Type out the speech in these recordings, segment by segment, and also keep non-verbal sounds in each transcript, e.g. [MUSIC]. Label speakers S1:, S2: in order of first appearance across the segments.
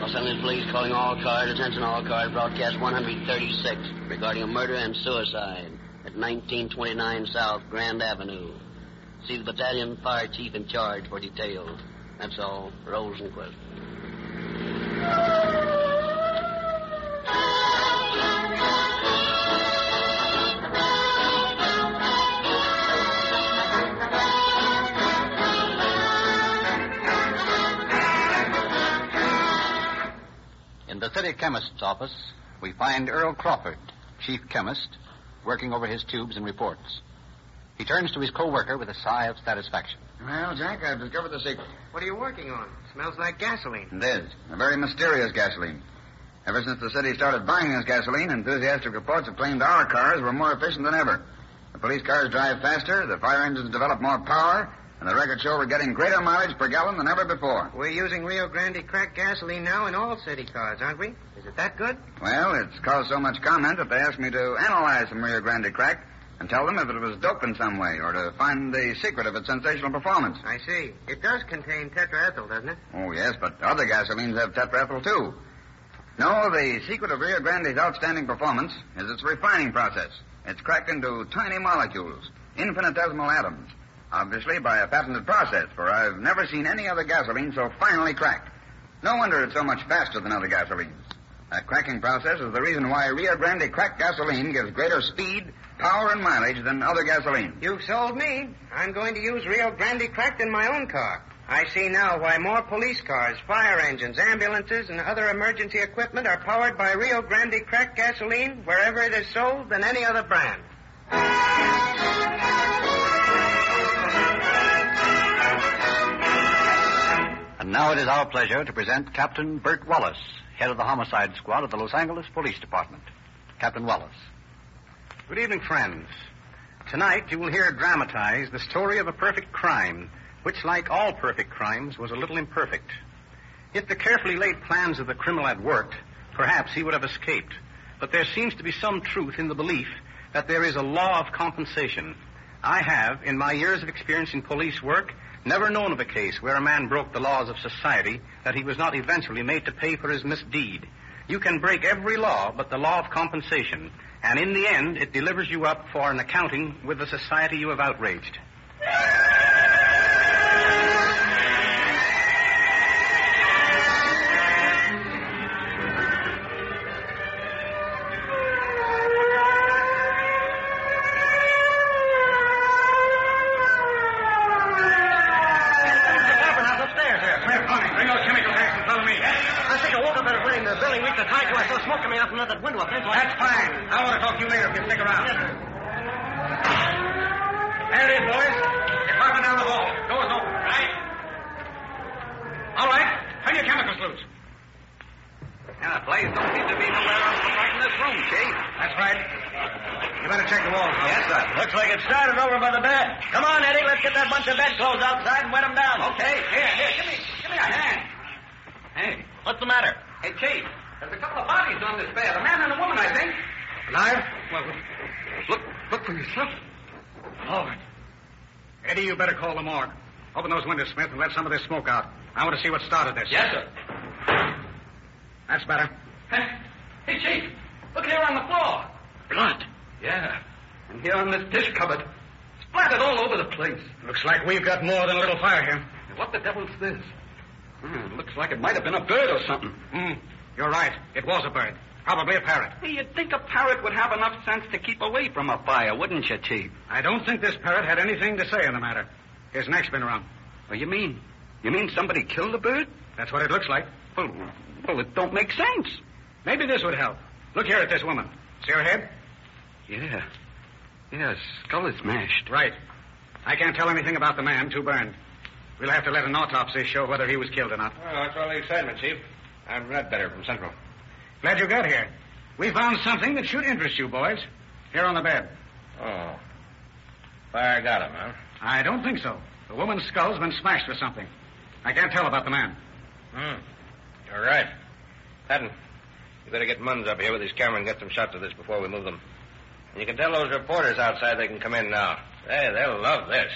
S1: Los Angeles Police calling all cars, attention all cars, broadcast 136 regarding a murder and suicide at 1929 South Grand Avenue. See the battalion fire chief in charge for details. That's all. Rosenquist. In the city chemist's office, we find Earl Crawford, chief chemist, working over his tubes and reports. He turns to his co-worker with a sigh of satisfaction.
S2: Well, Jack, I've discovered the secret.
S3: What are you working on? Smells like gasoline.
S2: It is. A very mysterious gasoline. Ever since the city started buying this gasoline, enthusiastic reports have claimed our cars were more efficient than ever. The police cars drive faster, the fire engines develop more power, and the records show we're getting greater mileage per gallon than ever before.
S3: We're using Rio Grande crack gasoline now in all city cars, aren't we? Is it that good?
S2: Well, it's caused so much comment that they asked me to analyze some Rio Grande crack and tell them if it was doped in some way or to find the secret of its sensational performance.
S3: I see. It does contain tetraethyl, doesn't it?
S2: Oh, yes, but other gasolines have tetraethyl, too. No, the secret of Rio Grande's outstanding performance is its refining process. It's cracked into tiny molecules, infinitesimal atoms. Obviously, by a patented process, for I've never seen any other gasoline so finely cracked. No wonder it's so much faster than other gasolines. That cracking process is the reason why Rio Grande cracked gasoline gives greater speed, power, and mileage than other gasolines.
S3: You've sold me. I'm going to use Rio Grande cracked in my own car. I see now why more police cars, fire engines, ambulances, and other emergency equipment are powered by Rio Grande cracked gasoline wherever it is sold than any other brand.
S1: And now it is our pleasure to present Captain Bert Wallace, head of the homicide squad of the Los Angeles Police Department. Captain Wallace.
S4: Good evening, friends. Tonight you will hear dramatized the story of a perfect crime, which, like all perfect crimes, was a little imperfect. If the carefully laid plans of the criminal had worked, perhaps he would have escaped. But there seems to be some truth in the belief that there is a law of compensation. I have, in my years of experience in police work, never known of a case where a man broke the laws of society that he was not eventually made to pay for his misdeed. You can break every law but the law of compensation, and in the end, it delivers you up for an accounting with the society you have outraged.
S1: Yeah, blaze don't seem to be nowhere else but right in this room, Chief. That's right. You better check the walls. Yes, sir. Looks like it started over by the bed. Come on, Eddie. Let's get that bunch of bedclothes outside and wet them down. Okay. Here, here. Give me, give me a hand. Hey, what's the matter? Hey, Chief. There's a couple of bodies on this bed. A man and a woman, I think. Alive? Well, look, look for yourself.
S4: Lord. Eddie, you better call the morgue. Open those windows, Smith, and let some of this smoke out. I want to see what started this.
S1: Yes, sir.
S4: That's better.
S1: Hey, Chief, look here on the floor. Blood. Yeah. And here on this dish cupboard. Splattered all over the place.
S4: Looks like we've got more than a little fire here.
S1: What the devil's this? Hmm, looks like it might have been a bird or something.
S4: Hmm. You're right. It was a bird. Probably a parrot.
S1: Hey, you'd think a parrot would have enough sense to keep away from a fire, wouldn't you, Chief?
S4: I don't think this parrot had anything to say on the matter. His neck's been around.
S1: What you mean? You mean somebody killed a bird?
S4: That's what it looks like.
S1: Well, well, it don't make sense.
S4: Maybe this would help. Look here at this woman. See her head?
S1: Yeah. Yeah, skull is smashed.
S4: Right. I can't tell anything about the man, too burned. We'll have to let an autopsy show whether he was killed or not.
S5: Well, that's all the excitement, Chief. I'm Red Better from Central.
S4: Glad you got here. We found something that should interest you, boys.
S6: Here on the bed.
S5: Oh. Fire got him, huh?
S6: I don't think so. The woman's skull's been smashed with something. I can't tell about the man.
S5: Hmm. You're right. Patton, you better get Munns up here with his camera and get some shots of this before we move them. And you can tell those reporters outside they can come in now. Hey, they'll love this.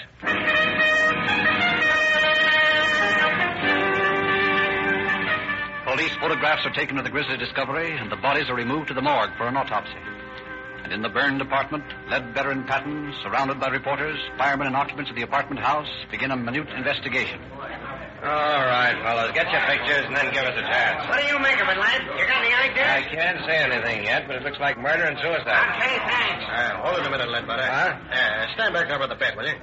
S7: Police photographs are taken of the grisly discovery, and the bodies are removed to the morgue for an autopsy. And in the burn department, Ledbetter and Patton, surrounded by reporters, firemen, and occupants of the apartment house, begin a minute investigation.
S5: All right, fellas, get your pictures and then give us a chance.
S1: What do you make of it, lad? You got any
S5: I
S1: ideas?
S5: can't say anything yet, but it looks like murder and suicide.
S1: Okay, thanks.
S5: Uh, hold it a minute, Ledbetter. Huh? Uh, stand back over the bed, will you?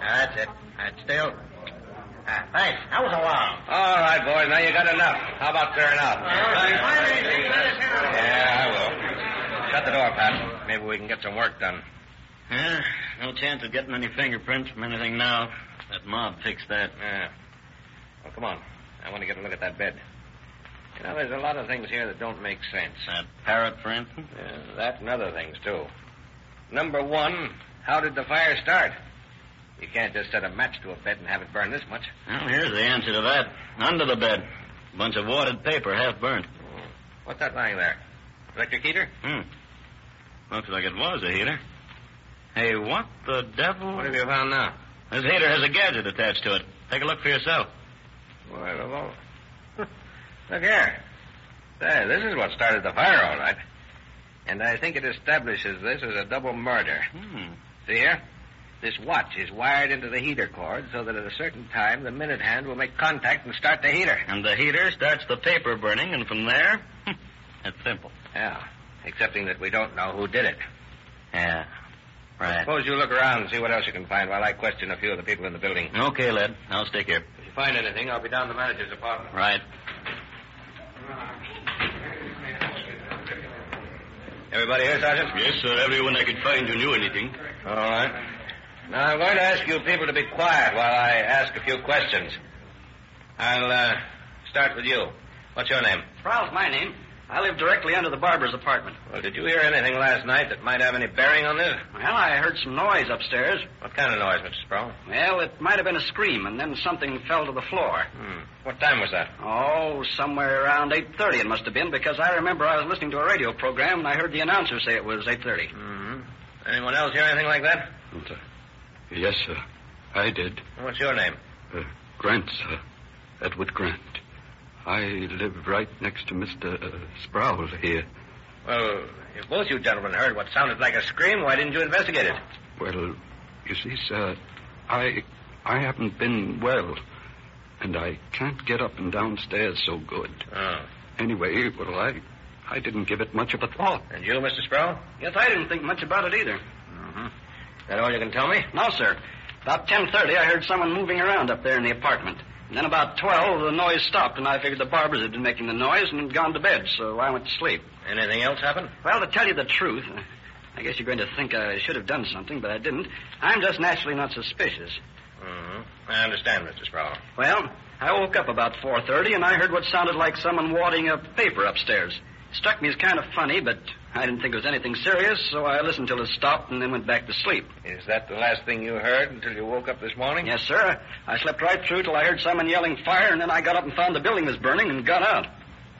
S5: That's it. That's still. Uh,
S1: thanks. That was a while.
S5: All right, boys. Now you got enough. How about clearing out? Yeah, I will. Shut the door, Pat. Maybe we can get some work done.
S8: Yeah, no chance of getting any fingerprints from anything now. That mob fixed that.
S5: Yeah. Well, come on. I want to get a look at that bed. You know, there's a lot of things here that don't make sense.
S8: That parrot, for instance.
S5: Yeah, that and other things, too. Number one, how did the fire start? You can't just set a match to a bed and have it burn this much.
S8: Well, here's the answer to that. Under the bed. Bunch of wadded paper, half burnt.
S5: What's that lying there? Electric heater?
S8: Hmm. Looks like it was a heater. Hey, what the devil?
S5: What have you found now?
S8: This heater has a gadget attached to it. Take a look for yourself.
S5: Well, of all. [LAUGHS] Look here. Say, this is what started the fire, all right. And I think it establishes this as a double murder.
S8: Hmm.
S5: See here? This watch is wired into the heater cord so that at a certain time the minute hand will make contact and start the heater.
S8: And the heater starts the paper burning, and from there, [LAUGHS] that's simple.
S5: Yeah. Excepting that we don't know who did it.
S8: Yeah. Right.
S5: Suppose you look around and see what else you can find while I question a few of the people in the building.
S8: Okay, lad. I'll stick here.
S5: If you find anything, I'll be down to the manager's apartment.
S8: Right.
S5: Everybody here, Sergeant?
S8: Yes, sir. Everyone I could find who knew anything.
S5: All right. Now, I'm going to ask you people to be quiet while I ask a few questions. I'll uh, start with you. What's your name?
S7: Prowl's my name. I live directly under the barber's apartment.
S5: Well, did you hear anything last night that might have any bearing on this?
S7: Well, I heard some noise upstairs.
S5: What kind of noise, Mr. Sproul?
S7: Well, it might have been a scream, and then something fell to the floor.
S5: Hmm. What time was that?
S7: Oh, somewhere around 8.30 it must have been, because I remember I was listening to a radio program, and I heard the announcer say it was 8.30.
S5: Mm-hmm. Anyone else hear anything like that?
S9: Yes, sir. I did.
S5: What's your name?
S9: Uh, Grant, sir. Edward Grant. I live right next to Mr. Uh, Sproul here.
S5: Well, if both you gentlemen heard what sounded like a scream, why didn't you investigate it?
S9: Well, you see, sir, I I haven't been well, and I can't get up and downstairs so good.
S5: Oh.
S9: Anyway, well, I I didn't give it much of a thought.
S5: And you, Mr. Sproul?
S7: Yes, I didn't think much about it either.
S9: Mm-hmm.
S5: Is that all you can tell me?
S7: No, sir. About 10.30 I heard someone moving around up there in the apartment. And then about 12 the noise stopped, and I figured the barbers had been making the noise and had gone to bed, so I went to sleep.
S5: Anything else happen?
S7: Well, to tell you the truth, I guess you're going to think I should have done something, but I didn't. I'm just naturally not suspicious.
S5: Mm-hmm. I understand, Mr. Sproul.
S7: Well, I woke up about 4.30 and I heard what sounded like someone wadding a paper upstairs. Struck me as kind of funny, but I didn't think it was anything serious, so I listened till it stopped and then went back to sleep.
S5: Is that the last thing you heard until you woke up this morning?
S7: Yes, sir. I slept right through till I heard someone yelling fire, and then I got up and found the building was burning and got out.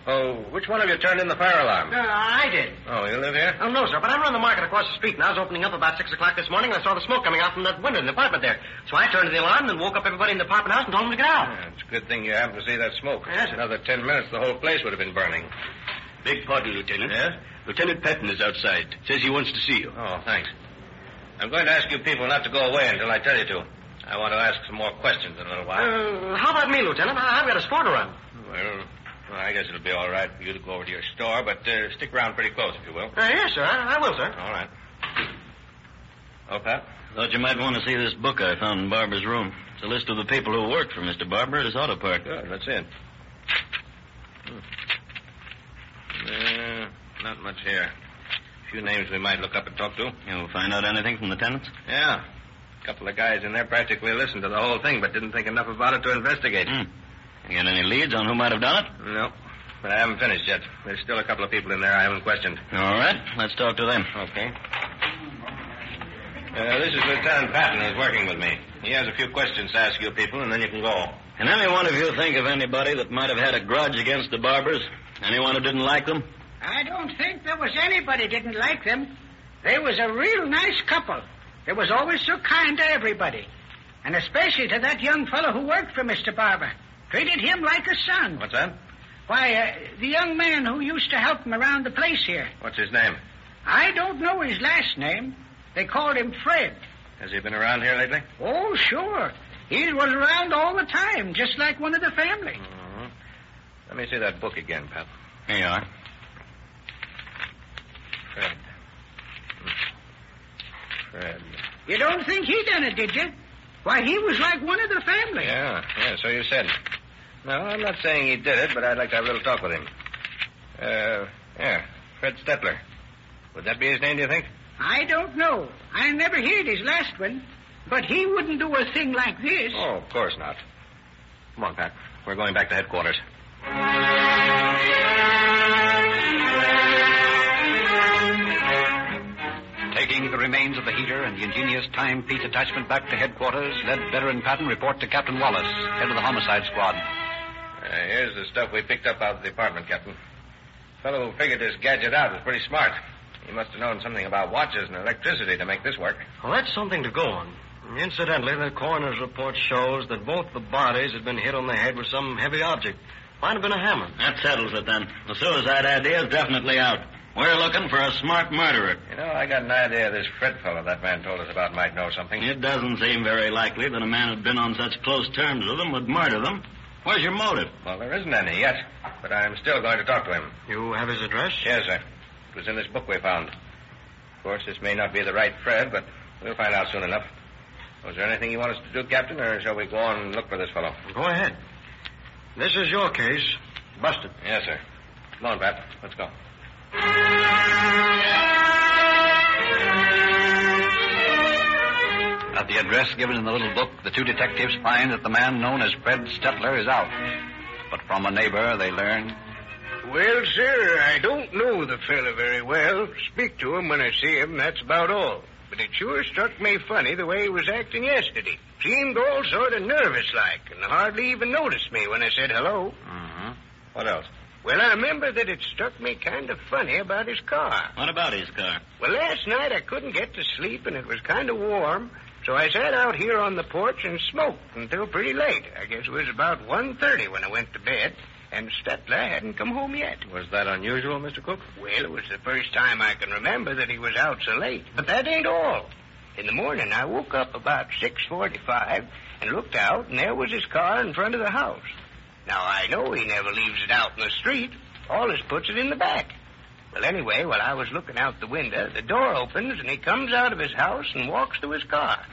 S5: Oh, which one of you turned in the fire alarm?
S1: I did.
S5: Oh, you live here?
S1: Oh, no, sir, but I run the market across the street, and I was opening up about 6 o'clock this morning, and I saw the smoke coming out from that window in the apartment there. So I turned to the alarm and woke up everybody in the apartment house and told them to get out.
S5: Yeah, it's a good thing you happened to see that smoke.
S1: Yes, sir.
S5: Another ten minutes, the whole place would have been burning.
S8: Big pardon, Lieutenant.
S5: Yes?
S8: Lieutenant Patton is outside. Says he wants to see you.
S5: Oh, thanks. I'm going to ask you people not to go away until I tell you to. I want to ask some more questions in a little while.
S1: Uh, how about me, Lieutenant? I- I've got a store to run.
S5: Well, well, I guess it'll be all right for you to go over to your store, but uh, stick around pretty close if you will.
S1: Uh, yes, sir. I, I will, sir.
S5: All right. Oh, Pat?
S8: Thought you might want to see this book I found in Barber's room. It's a list of the people who worked for Mr. Barber at his auto park.
S5: Good, let's see it. Hmm. Uh, not much here. A few names we might look up and talk to.
S8: You find out anything from the tenants?
S5: Yeah. A couple of guys in there practically listened to the whole thing, but didn't think enough about it to investigate.
S8: Hmm. You got any leads on who might have done it?
S5: No. But I haven't finished yet. There's still a couple of people in there I haven't questioned.
S8: All right, let's talk to them.
S5: Okay.
S8: Uh, this is Lieutenant Patton. He's working with me. He has a few questions to ask you people, and then you can go. Can any one of you think of anybody that might have had a grudge against the barbers? Anyone who didn't like them?
S10: I don't think there was anybody didn't like them. They was a real nice couple. They was always so kind to everybody. And especially to that young fellow who worked for Mr. Barber. Treated him like a son.
S8: What's that?
S10: Why, uh, the young man who used to help him around the place here.
S8: What's his name?
S10: I don't know his last name. They called him Fred.
S8: Has he been around here lately?
S10: Oh, sure. He was around all the time, just like one of the family.
S8: Mm-hmm. Let me see that book again, Pat. Here you are. Fred. Hmm. Fred.
S10: You don't think he done it, did you? Why, he was like one of the family.
S8: Yeah, yeah, so you said. No, I'm not saying he did it, but I'd like to have a little talk with him. Uh, yeah, Fred Stetler. Would that be his name, do you think?
S10: I don't know. I never heard his last one. But he wouldn't do a thing like this.
S8: Oh, of course not. Come on, Pat. We're going back to headquarters. Taking the remains of the heater and the ingenious time piece attachment back to headquarters, let veteran Patton report to Captain Wallace, head of the homicide squad.
S5: Uh, here's the stuff we picked up out of the apartment, Captain. The fellow who figured this gadget out was pretty smart. He must have known something about watches and electricity to make this work.
S11: Well, that's something to go on. Incidentally, the coroner's report shows that both the bodies had been hit on the head with some heavy object. Might have been a hammer.
S8: That settles it then. The suicide idea is definitely out. We're looking for a smart murderer.
S5: You know, I got an idea this Fred fellow that man told us about might know something.
S8: It doesn't seem very likely that a man who'd been on such close terms with them would murder them. Where's your motive?
S5: Well, there isn't any yet, but I'm still going to talk to him.
S11: You have his address?
S5: Yes, sir. It was in this book we found. Of course, this may not be the right Fred, but we'll find out soon enough. Was there anything you want us to do, Captain, or shall we go on and look for this fellow?
S11: Go ahead. This is your case. Busted.
S5: Yes, sir. Come on, Pat. Let's go.
S9: At the address given in the little book, the two detectives find that the man known as Fred Stetler is out. But from a neighbor, they learn
S3: well, sir, I don't know the fellow very well. Speak to him when I see him, that's about all. But it sure struck me funny the way he was acting yesterday. Seemed all sort of nervous like, and hardly even noticed me when I said hello.
S8: Mm-hmm. What else?
S3: Well, I remember that it struck me kind of funny about his car.
S8: What about his car?
S3: Well, last night I couldn't get to sleep, and it was kind of warm, so I sat out here on the porch and smoked until pretty late. I guess it was about one thirty when I went to bed and Stetler hadn't come home yet.
S5: Was that unusual, Mr. Cook?
S3: Well, it was the first time I can remember that he was out so late. But that ain't all. In the morning, I woke up about 6.45 and looked out, and there was his car in front of the house. Now, I know he never leaves it out in the street. Always puts it in the back. Well, anyway, while I was looking out the window, the door opens, and he comes out of his house and walks to his car.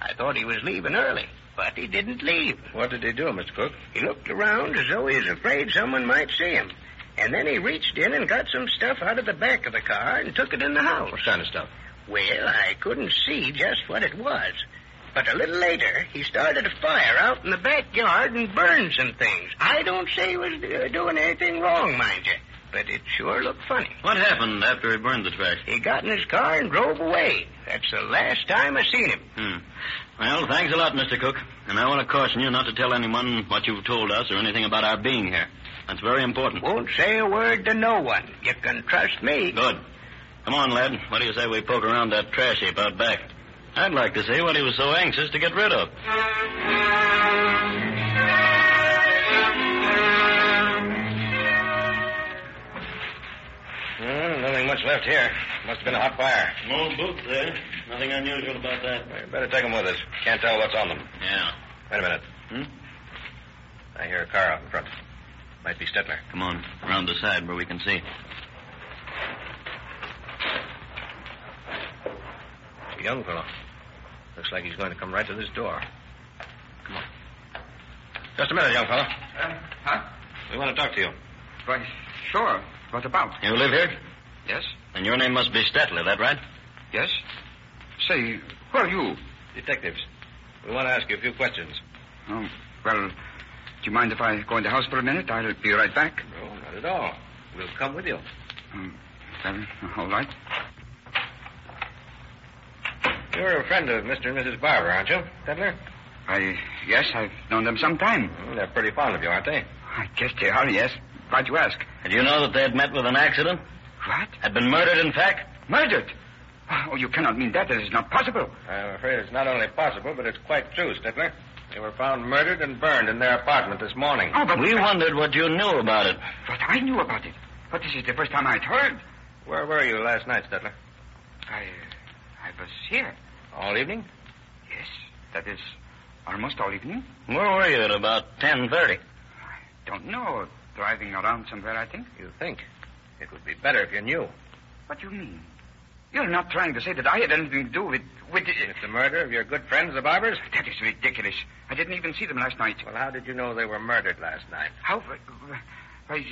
S3: I thought he was leaving early. But he didn't leave.
S5: What did he do, Mr. Cook?
S3: He looked around as though he was afraid someone might see him. And then he reached in and got some stuff out of the back of the car and took it in the house.
S5: What kind of stuff?
S3: Well, I couldn't see just what it was. But a little later, he started a fire out in the backyard and burned some things. I don't say he was uh, doing anything wrong, mind you. But it sure looked funny.
S8: What happened after he burned the trash?
S3: He got in his car and drove away. That's the last time I seen him.
S8: Hmm. Well, thanks a lot, Mr. Cook. And I want to caution you not to tell anyone what you've told us or anything about our being here. That's very important.
S3: Won't say a word to no one. You can trust me.
S8: Good. Come on, lad. What do you say we poke around that trash heap out back? I'd like to see what he was so anxious to get rid of.
S5: Well, Hmm, nothing much left here. Must have been a hot fire.
S8: Small boots there. Nothing unusual about that.
S5: We better take them with us. Can't tell what's on them.
S8: Yeah.
S5: Wait a minute.
S8: Hmm?
S5: I hear a car out in front. Might be Stetler.
S8: Come on, around the side where we can see.
S5: It's a young fellow. Looks like he's going to come right to this door. Come on. Just a minute, young fellow.
S2: Uh, huh?
S5: We want to talk to you.
S2: Why, sure. What about?
S8: You live here?
S2: Yes.
S8: And your name must be Stetler, that right?
S2: Yes. Say, where are you?
S5: Detectives. We want to ask you a few questions.
S2: Oh, well, do you mind if I go in the house for a minute? I'll be right back.
S5: No, not at all. We'll come with you.
S2: Um, well, all right.
S5: You You're a friend of Mr. and Mrs. Barber, aren't you, Pedler?
S12: I, yes, I've known them some time.
S5: Hmm, They're pretty fond of you, aren't they?
S12: I guess they are, yes. Why'd you ask?
S8: Did you know that they had met with an accident?
S12: What?
S8: Had been murdered, in fact?
S12: Murdered? Oh, you cannot mean that. That is not possible.
S5: I'm afraid it's not only possible, but it's quite true, Stetler. They were found murdered and burned in their apartment this morning.
S12: Oh, but
S8: we wondered what you knew about it.
S12: But I knew about it. But this is the first time I'd heard.
S5: Where were you last night, Stetler?
S12: I, I was here.
S5: All evening?
S12: Yes, that is almost all evening.
S8: Where were you at about ten thirty?
S12: Don't know. Driving around somewhere, I think.
S5: You think? It would be better if you knew.
S12: What do you mean? You're not trying to say that I had anything to do with with
S5: With the murder of your good friends, the Barbers?
S12: That is ridiculous. I didn't even see them last night.
S5: Well, how did you know they were murdered last night?
S12: How? uh, I,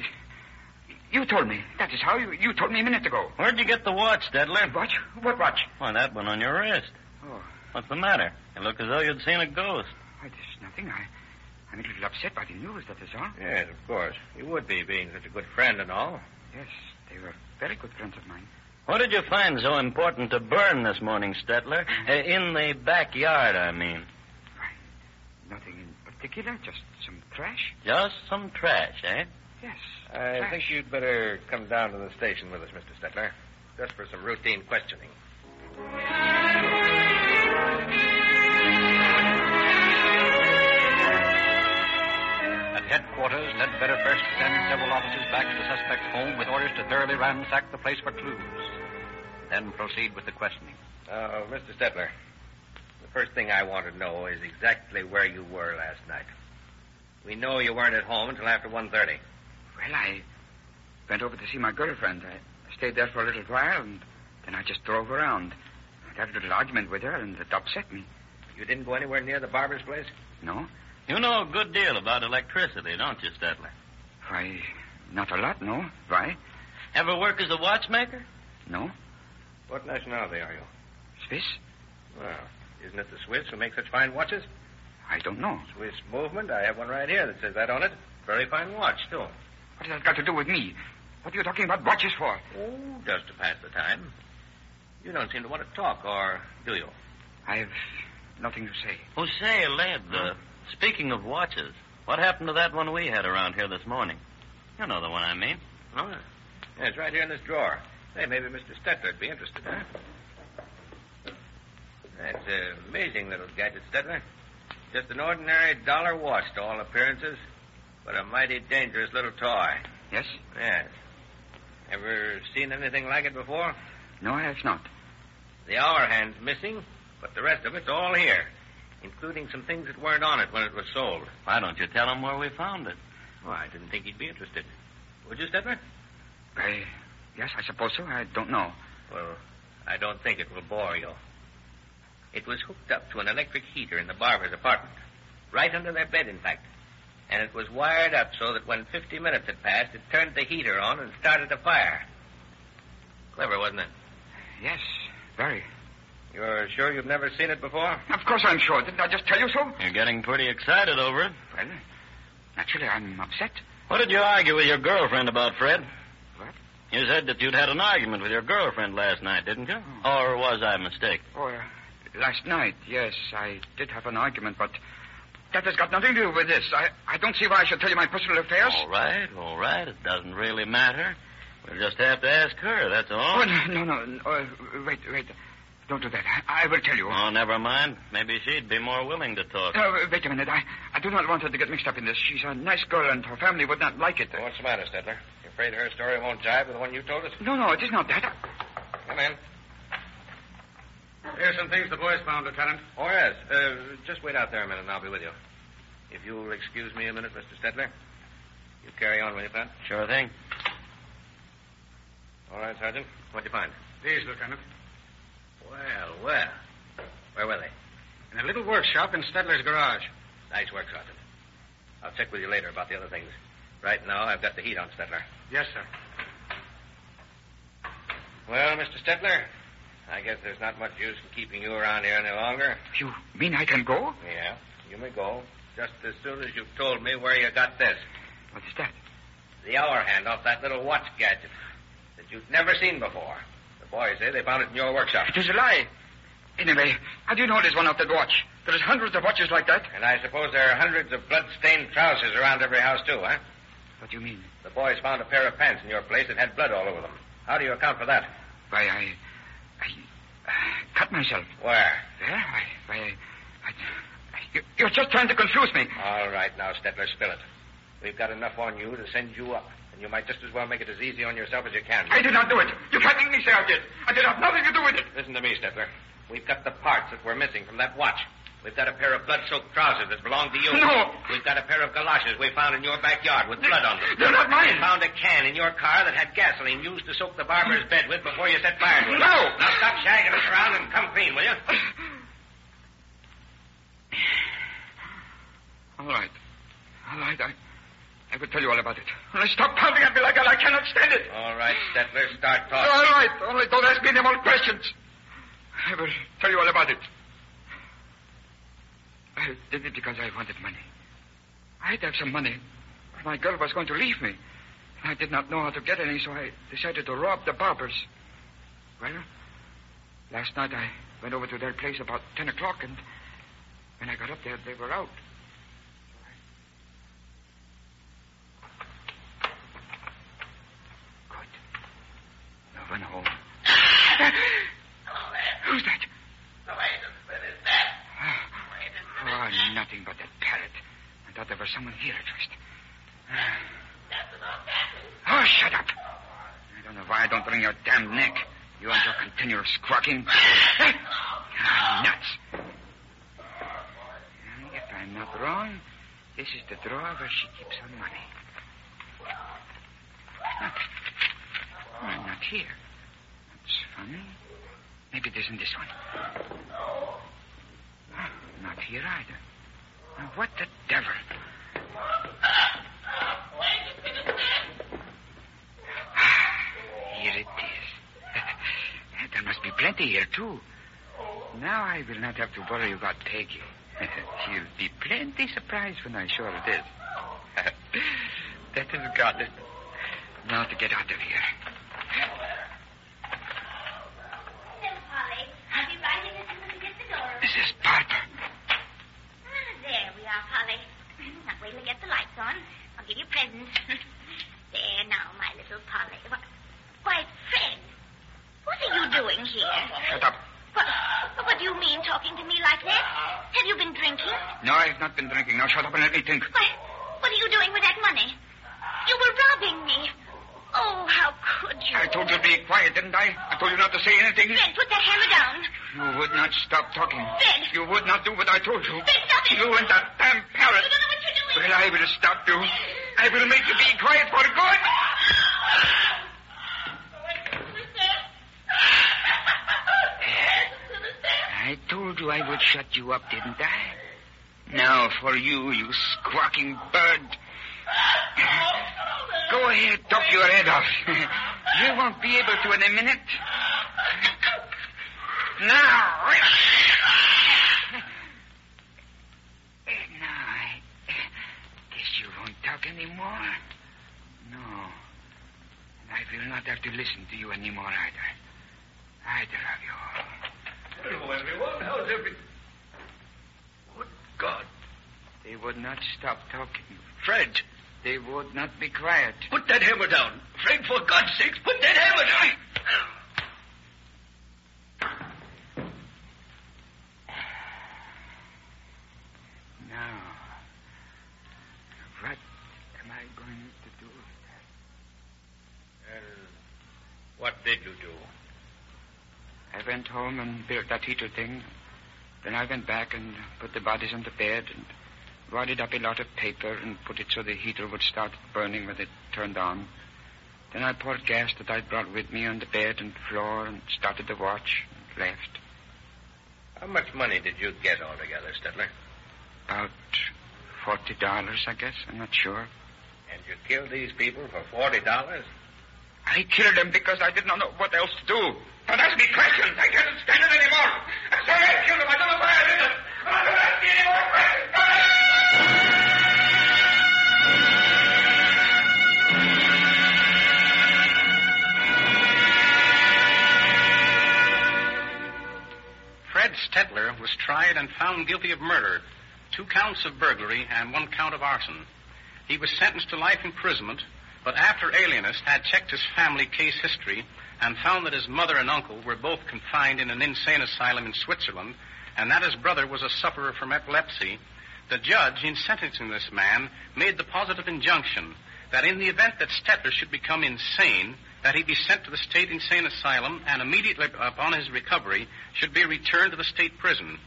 S12: you told me. That is how you, you told me a minute ago.
S8: Where'd you get the watch, Dedler?
S12: Watch? What watch?
S8: Why, that one on your wrist.
S12: Oh,
S8: What's the matter? You look as though you'd seen a ghost.
S12: why, there's nothing. I, I'm a little upset by the news. That is all.
S5: Yes, of course. You would be, being such a good friend and all.
S12: Yes, they were very good friends of mine.
S8: What did you find so important to burn this morning, Stetler? Uh, in the backyard, I mean.
S12: Nothing in particular. Just some trash.
S8: Just some trash, eh?
S12: Yes.
S5: I
S12: trash.
S5: think you'd better come down to the station with us, Mr. Stetler, just for some routine questioning.
S9: At headquarters, Ledbetter first sent several officers back to the suspect's home with orders to thoroughly ransack the place for clues. Then proceed with the questioning.
S5: Uh, Mr. Stetler, the first thing I want to know is exactly where you were last night. We know you weren't at home until after 1.30.
S12: Well, I went over to see my girlfriend. I stayed there for a little while, and then I just drove around. I had a little argument with her, and it upset me.
S5: You didn't go anywhere near the barber's place?
S12: No?
S8: You know a good deal about electricity, don't you, Stetler?
S12: Why, not a lot, no. Why?
S8: Ever work as a watchmaker?
S12: No.
S5: What nationality are you?
S12: Swiss?
S5: Well, isn't it the Swiss who make such fine watches?
S12: I don't know.
S5: Swiss movement. I have one right here that says that on it. Very fine watch, too.
S12: What has that got to do with me? What are you talking about watches for?
S5: Oh, just to pass the time. You don't seem to want to talk, or do you?
S12: I've nothing to say.
S8: Oh, say, lad, uh, speaking of watches, what happened to that one we had around here this morning? You know the one I mean.
S5: Oh, yeah, it's right here in this drawer. Hey, maybe Mr. Stetler'd be interested, huh? That's an amazing little gadget, Stetler. Just an ordinary dollar watch to all appearances, but a mighty dangerous little toy.
S12: Yes?
S5: Yes. Ever seen anything like it before?
S12: No, I have not.
S5: The hour hand's missing, but the rest of it's all here, including some things that weren't on it when it was sold.
S8: Why don't you tell him where we found it?
S5: Well, I didn't think he'd be interested. Would you, Stetler?
S12: I, yes, I suppose so. I don't know.
S5: Well, I don't think it will bore you. It was hooked up to an electric heater in the barber's apartment, right under their bed, in fact. And it was wired up so that when 50 minutes had passed, it turned the heater on and started a fire. Clever, wasn't it?
S12: Yes, very.
S5: You're sure you've never seen it before?
S12: Of course I'm sure. Didn't I just tell you so?
S8: You're getting pretty excited over it.
S12: Well, naturally, I'm upset.
S8: What did you argue with your girlfriend about, Fred?
S12: What?
S8: You said that you'd had an argument with your girlfriend last night, didn't you?
S12: Hmm.
S8: Or was I mistaken?
S12: Oh, uh, last night, yes, I did have an argument, but that has got nothing to do with this. I, I don't see why I should tell you my personal affairs.
S8: All right, all right. It doesn't really matter. We'll just have to ask her, that's all.
S12: Oh, no, no, no. no, Uh, wait, wait. Don't do that. I, I will tell you.
S8: Oh, never mind. Maybe she'd be more willing to talk.
S12: [SIGHS]
S8: [SIGHS]
S12: Uh, wait a minute. I, I do not want her to get mixed up in this. She's a nice girl, and her family would not like it.
S5: What's the matter, Stetler? You afraid her story won't jive with the one you told us?
S12: No, no, it is not that.
S5: Come in. Here's some things the boys found, Lieutenant. Oh, yes. Uh, just wait out there a minute and I'll be with you. If you'll excuse me a minute, Mr. Stetler. You carry on, will you, Pat?
S8: Sure thing.
S5: All right, Sergeant. What'd you find?
S13: These, Lieutenant.
S5: Well, well. Where were they?
S13: In a little workshop in Stedler's garage.
S5: Nice work, Sergeant. I'll check with you later about the other things. Right now, I've got the heat on Stetler.
S13: Yes, sir.
S5: Well, Mr. Stetler, I guess there's not much use in keeping you around here any longer.
S12: You mean I can go?
S5: Yeah, you may go. Just as soon as you've told me where you got this.
S12: What is that?
S5: The hour hand off that little watch Oh, gadget that you've never seen before. The boys say they found it in your workshop.
S12: It is a lie. Anyway, how do you know there's one out that watch? There's hundreds of watches like that.
S5: And I suppose there are hundreds of blood-stained trousers around every house, too, huh?
S12: What do you mean?
S5: The boys found a pair of pants in your place that had blood all over them. How do you account for that?
S12: Why, I... I uh, cut myself.
S5: Where?
S12: There? I... why, I, I you, you're just trying to confuse me.
S5: All right, now, Stettler, spill it. We've got enough on you to send you up, and you might just as well make it as easy on yourself as you can.
S12: I did not do it. You can't make me say I did. I did have nothing to do with it.
S5: Listen to me, Stettler. We've got the parts that were missing from that watch. We've got a pair of blood-soaked trousers that belong to you.
S12: No.
S5: We've got a pair of galoshes we found in your backyard with blood on them.
S12: They're not mine.
S5: We found a can in your car that had gasoline used to soak the barber's bed with before you set fire to it.
S12: No.
S5: Now stop shagging us around and come clean, will you?
S12: All right. All right, I... I will tell you all about it. Only stop pounding at me like that. I cannot stand it.
S5: All right, Stettler, start
S12: All
S5: talking.
S12: right, only don't ask me any more questions. I will tell you all about it. I did it because I wanted money. I had to have some money. but My girl was going to leave me. I did not know how to get any, so I decided to rob the barbers. Well, last night I went over to their place about 10 o'clock, and when I got up there, they were out. No one home. [SIGHS] Who's that? Oh, nothing but that parrot. I thought there was someone here at first. Oh, shut up. I don't know why I don't wring your damn neck. You and your continual squawking. Ah, nuts. And If I'm not wrong, this is the drawer where she keeps her money. Oh, not here. That's funny. Maybe it isn't this one. Ah, Not here either. Now, what the devil? [SIGHS] Here it is. [LAUGHS] there must be plenty here, too. Now I will not have to worry about Peggy. [LAUGHS] She'll be plenty surprised when I show her this. [LAUGHS] that is got it. Now to get out of here.
S14: Polly, I'll be right in as soon as we get the door.
S12: Mrs. Barber.
S14: Ah, there we are, Polly. Now wait till we get the lights on. I'll give you a present. [LAUGHS] there now, my little Polly. Why, why, Fred, what are you doing here?
S12: Shut up.
S14: What, what do you mean talking to me like that? Have you been drinking?
S12: No, I've not been drinking. Now shut up and let me think.
S14: Why, what are you doing with that money? You were robbing me. Oh, how could you?
S12: I told you to be quiet, didn't I? I told you not to say anything.
S14: Fred, put that hammer down.
S12: You would not stop talking.
S14: Ben.
S12: You would not do what I told you.
S14: Ben, stop it.
S12: You and that damn parrot.
S14: You don't know what you're doing.
S12: Well, I will stop you. I will make you be quiet for good. I told you I would shut you up, didn't I? Now for you, you squawking bird. Go ahead, talk your head off. you won't be able to in a minute. Now. Now, I guess you won't talk anymore. No. And I will not have to listen to you anymore either. Either of you all.
S11: Hello, everyone. How's every...
S12: Good God. They would not stop talking. Fred! They would not be quiet. Put that hammer down. Fred, for God's sake, put that hammer down. Now, what am I going to do with that?
S5: And what did you do?
S12: I went home and built that heater thing. Then I went back and put the bodies on the bed and wadded up a lot of paper and put it so the heater would start burning when it turned on. Then I poured gas that I'd brought with me on the bed and floor and started the watch and left.
S5: How much money did you get altogether, Stettler?
S12: About forty dollars, I guess. I'm not sure.
S5: And you killed these people for forty dollars?
S12: I killed him because I did not know what else to do. Don't ask me questions. I cannot stand it anymore. I'm sorry I killed him. I don't know why I did it. But don't ask me any more questions. Come on.
S4: Fred Fred Stetler was tried and found guilty of murder, two counts of burglary, and one count of arson. He was sentenced to life imprisonment, but after Alienist had checked his family case history and found that his mother and uncle were both confined in an insane asylum in Switzerland, and that his brother was a sufferer from epilepsy, the judge, in sentencing this man, made the positive injunction that in the event that Stetler should become insane, that he be sent to the state insane asylum and immediately upon his recovery should be returned to the state prison.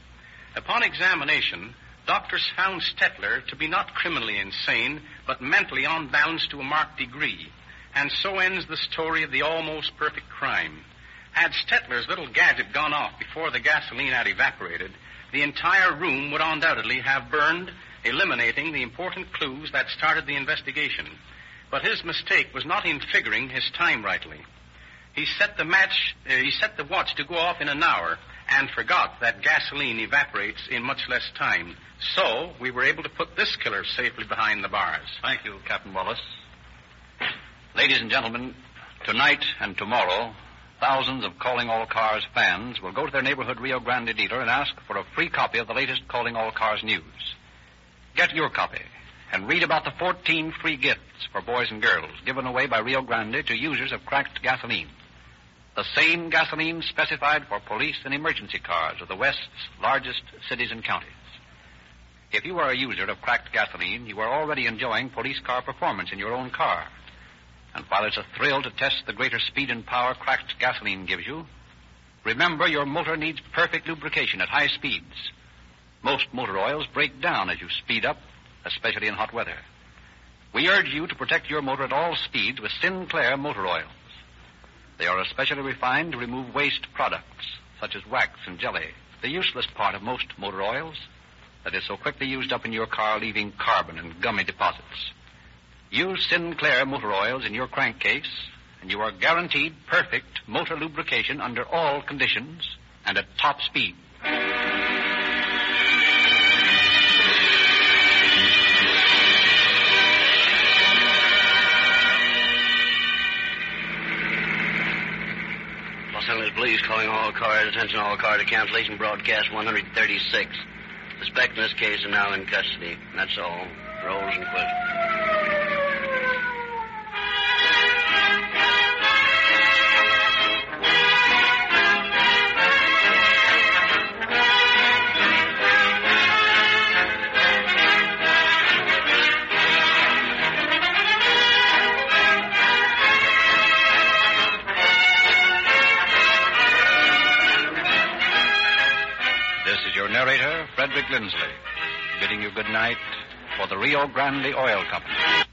S4: Upon examination, doctors found Stetler to be not criminally insane, but mentally on balance to a marked degree. And so ends the story of the almost perfect crime. Had Stetler's little gadget gone off before the gasoline had evaporated, the entire room would undoubtedly have burned, eliminating the important clues that started the investigation. But his mistake was not in figuring his time rightly. He set the match, uh, he set the watch to go off in an hour and forgot that gasoline evaporates in much less time. So, we were able to put this killer safely behind the bars.
S9: Thank you, Captain Wallace. Ladies and gentlemen, tonight and tomorrow, thousands of Calling All Cars fans will go to their neighborhood Rio Grande dealer and ask for a free copy of the latest Calling All Cars news. Get your copy and read about the 14 free gifts for boys and girls given away by Rio Grande to users of cracked gasoline. The same gasoline specified for police and emergency cars of the West's largest cities and counties. If you are a user of cracked gasoline, you are already enjoying police car performance in your own car. And while it's a thrill to test the greater speed and power cracked gasoline gives you, remember your motor needs perfect lubrication at high speeds. Most motor oils break down as you speed up, especially in hot weather. We urge you to protect your motor at all speeds with Sinclair motor oils. They are especially refined to remove waste products, such as wax and jelly, the useless part of most motor oils that is so quickly used up in your car, leaving carbon and gummy deposits. Use Sinclair motor oils in your crankcase, and you are guaranteed perfect motor lubrication under all conditions and at top speed.
S8: Los Angeles Police calling all cars. Attention all car to cancellation broadcast 136. Suspect in this case are now in custody. That's all. Rolls and quit.
S9: This is your narrator, Frederick Lindsley, bidding you good night for the Rio Grande Oil Company.